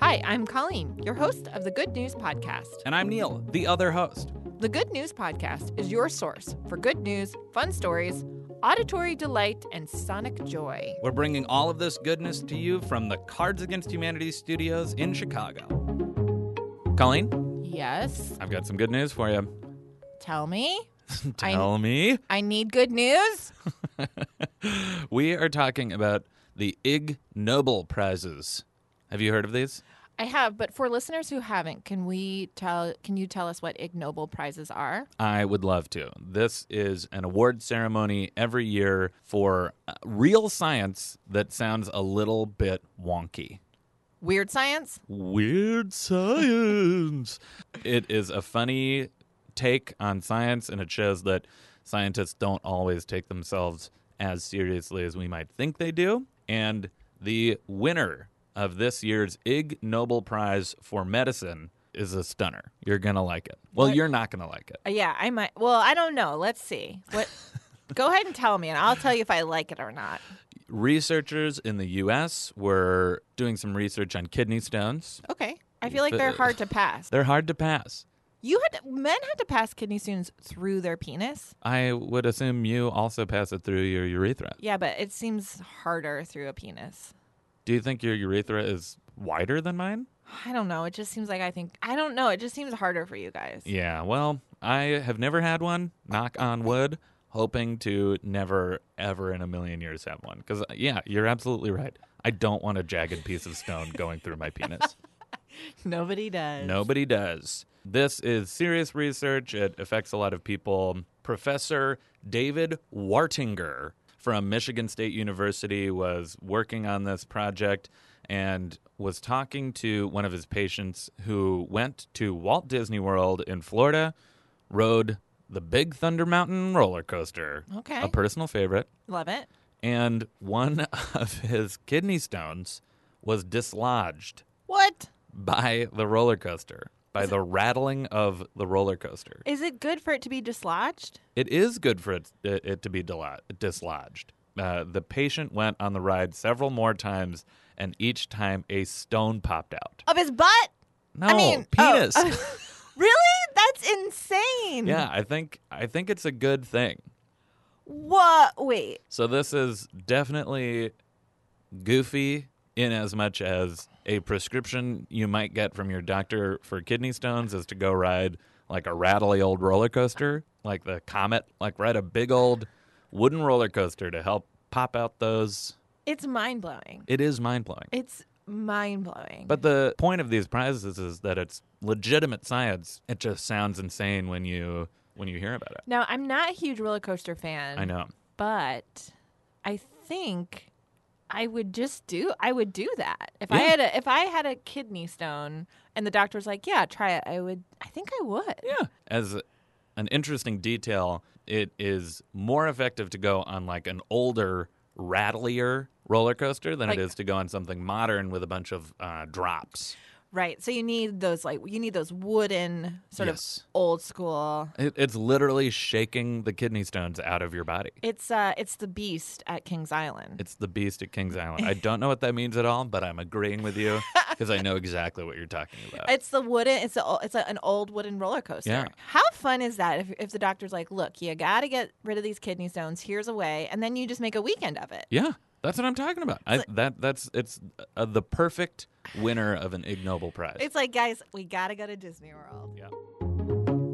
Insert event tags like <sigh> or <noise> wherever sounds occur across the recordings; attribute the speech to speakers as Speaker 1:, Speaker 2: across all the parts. Speaker 1: Hi, I'm Colleen, your host of the Good News Podcast.
Speaker 2: And I'm Neil, the other host.
Speaker 1: The Good News Podcast is your source for good news, fun stories, auditory delight, and sonic joy.
Speaker 2: We're bringing all of this goodness to you from the Cards Against Humanity studios in Chicago. Colleen,
Speaker 1: Yes,
Speaker 2: I've got some good news for <laughs> you.
Speaker 1: tell me. I-
Speaker 2: Tell me.
Speaker 1: I need good news.
Speaker 2: We are talking about the Ig Nobel Prizes. Have you heard of these?
Speaker 1: I have, but for listeners who haven't, can we tell can you tell us what Ig Nobel prizes are?
Speaker 2: I would love to. This is an award ceremony every year for uh, real science that sounds a little bit wonky.
Speaker 1: Weird science?
Speaker 2: Weird science. it is a funny take on science, and it shows that scientists don't always take themselves as seriously as we might think they do. And the winner of this year's Ig Nobel Prize for Medicine is a stunner. You're going to like it. Well, you're not going to like it.
Speaker 1: Uh, yeah, I might well, I don't know. Let's see. What Go ahead and tell me and I'll tell you if I like it or not.
Speaker 2: Researchers in the US were doing some research on kidney stones.
Speaker 1: Okay. I feel like they're hard to pass.
Speaker 2: They're hard to pass.
Speaker 1: You had men had to pass kidney stones through their penis.
Speaker 2: I would assume you also pass it through your urethra.
Speaker 1: Yeah, but it seems harder through a penis.
Speaker 2: Do you think your urethra is wider than mine?
Speaker 1: I don't know. It just seems like I think I don't know. It just seems harder for you guys.
Speaker 2: Yeah, well, I have never had one, knock on wood, hoping to never, ever in a million years have one. Because, yeah, you're absolutely right. I don't want a jagged piece of stone going through my <laughs> penis.
Speaker 1: Nobody does.
Speaker 2: Nobody does. This is serious research. It affects a lot of people. Professor David Wartinger from Michigan State University was working on this project and was talking to one of his patients who went to Walt Disney World in Florida, rode the Big Thunder Mountain roller coaster.
Speaker 1: Okay.
Speaker 2: A personal favorite
Speaker 1: Love it.
Speaker 2: and one <laughs> of his kidney stones was dislodged
Speaker 1: What?
Speaker 2: by the roller coaster, by the rattling of the roller coaster.
Speaker 1: Is it good for it to be dislodged?
Speaker 2: It is good for it, it, it to be dilo- dislodged. Uh, the patient went on the ride several more times, and each time a stone popped out.
Speaker 1: Of his butt?
Speaker 2: No,
Speaker 1: I mean, oh,
Speaker 2: penis.
Speaker 1: <laughs> really? That's insane.
Speaker 2: yeah, I think I think it's a good thing.
Speaker 1: What? Wait.
Speaker 2: So this is definitely goofy in as much as a prescription you might get from your doctor for kidney stones is to go ride like a rattly old roller coaster, like the Comet, like ride a big old wooden roller coaster to help pop out those.
Speaker 1: It's mind blowing.
Speaker 2: It is mind blowing.
Speaker 1: It's mind blowing.
Speaker 2: But the point of these prizes is that it's legitimate science. It just sounds insane when you when you hear about it.
Speaker 1: now I'm not a huge roller coaster fan.
Speaker 2: I know.
Speaker 1: but I think I would just do I would do that. If I
Speaker 2: Yeah.
Speaker 1: had a if I had a kidney stone and the doctor was like, "Yeah, try it." I would I think I would.
Speaker 2: Yeah. As an interesting detail, it is more effective to go on like an older, rattlier roller coaster than
Speaker 1: Like-
Speaker 2: it is to go on something modern with a bunch of uh, drops.
Speaker 1: Right. So you need those like you need those wooden sort
Speaker 2: Yes.
Speaker 1: of old school.
Speaker 2: It, it's literally shaking the kidney stones out of your body.
Speaker 1: It's uh it's the beast at King's Island.
Speaker 2: It's the beast at King's Island. I don't know what that means at all, but I'm agreeing with you because I know exactly what you're talking about.
Speaker 1: It's the wooden. It's a, it's a, an old wooden roller coaster.
Speaker 2: Yeah.
Speaker 1: How fun is that? If, if the doctor's like, look, you got to get rid of these kidney stones. Here's a way, and then you just make a weekend of it.
Speaker 2: yeah, that's what I'm talking about. I, that that's it's uh, the perfect winner of an Ig Nobel Prize.
Speaker 1: It's like, guys, we got to go to Disney World.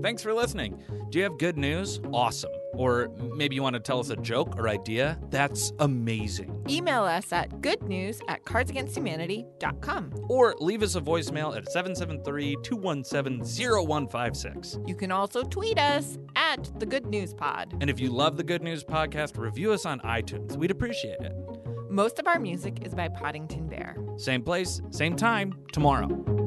Speaker 2: Thanks for listening. Do you have good news? Awesome. Or maybe you want to tell us a joke or idea? That's amazing.
Speaker 1: Email us at goodnews at cardsagainsthumanity.com.
Speaker 2: Or leave us a voicemail at 773 217 0156.
Speaker 1: You can also tweet us at the Good News Pod.
Speaker 2: And if you love the Good News Podcast, review us on iTunes. We'd appreciate it.
Speaker 1: Most of our music is by Poddington Bear.
Speaker 2: Same place, same time, tomorrow.